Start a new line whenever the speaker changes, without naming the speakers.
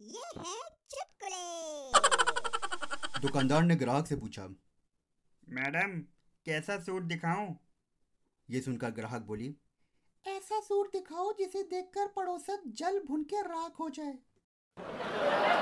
ये है चुटकुले
दुकानदार ने ग्राहक से पूछा
मैडम कैसा सूट दिखाऊं
ये सुनकर ग्राहक बोली
ऐसा सूट दिखाओ जिसे देखकर पड़ोसन जल भुन के राख हो जाए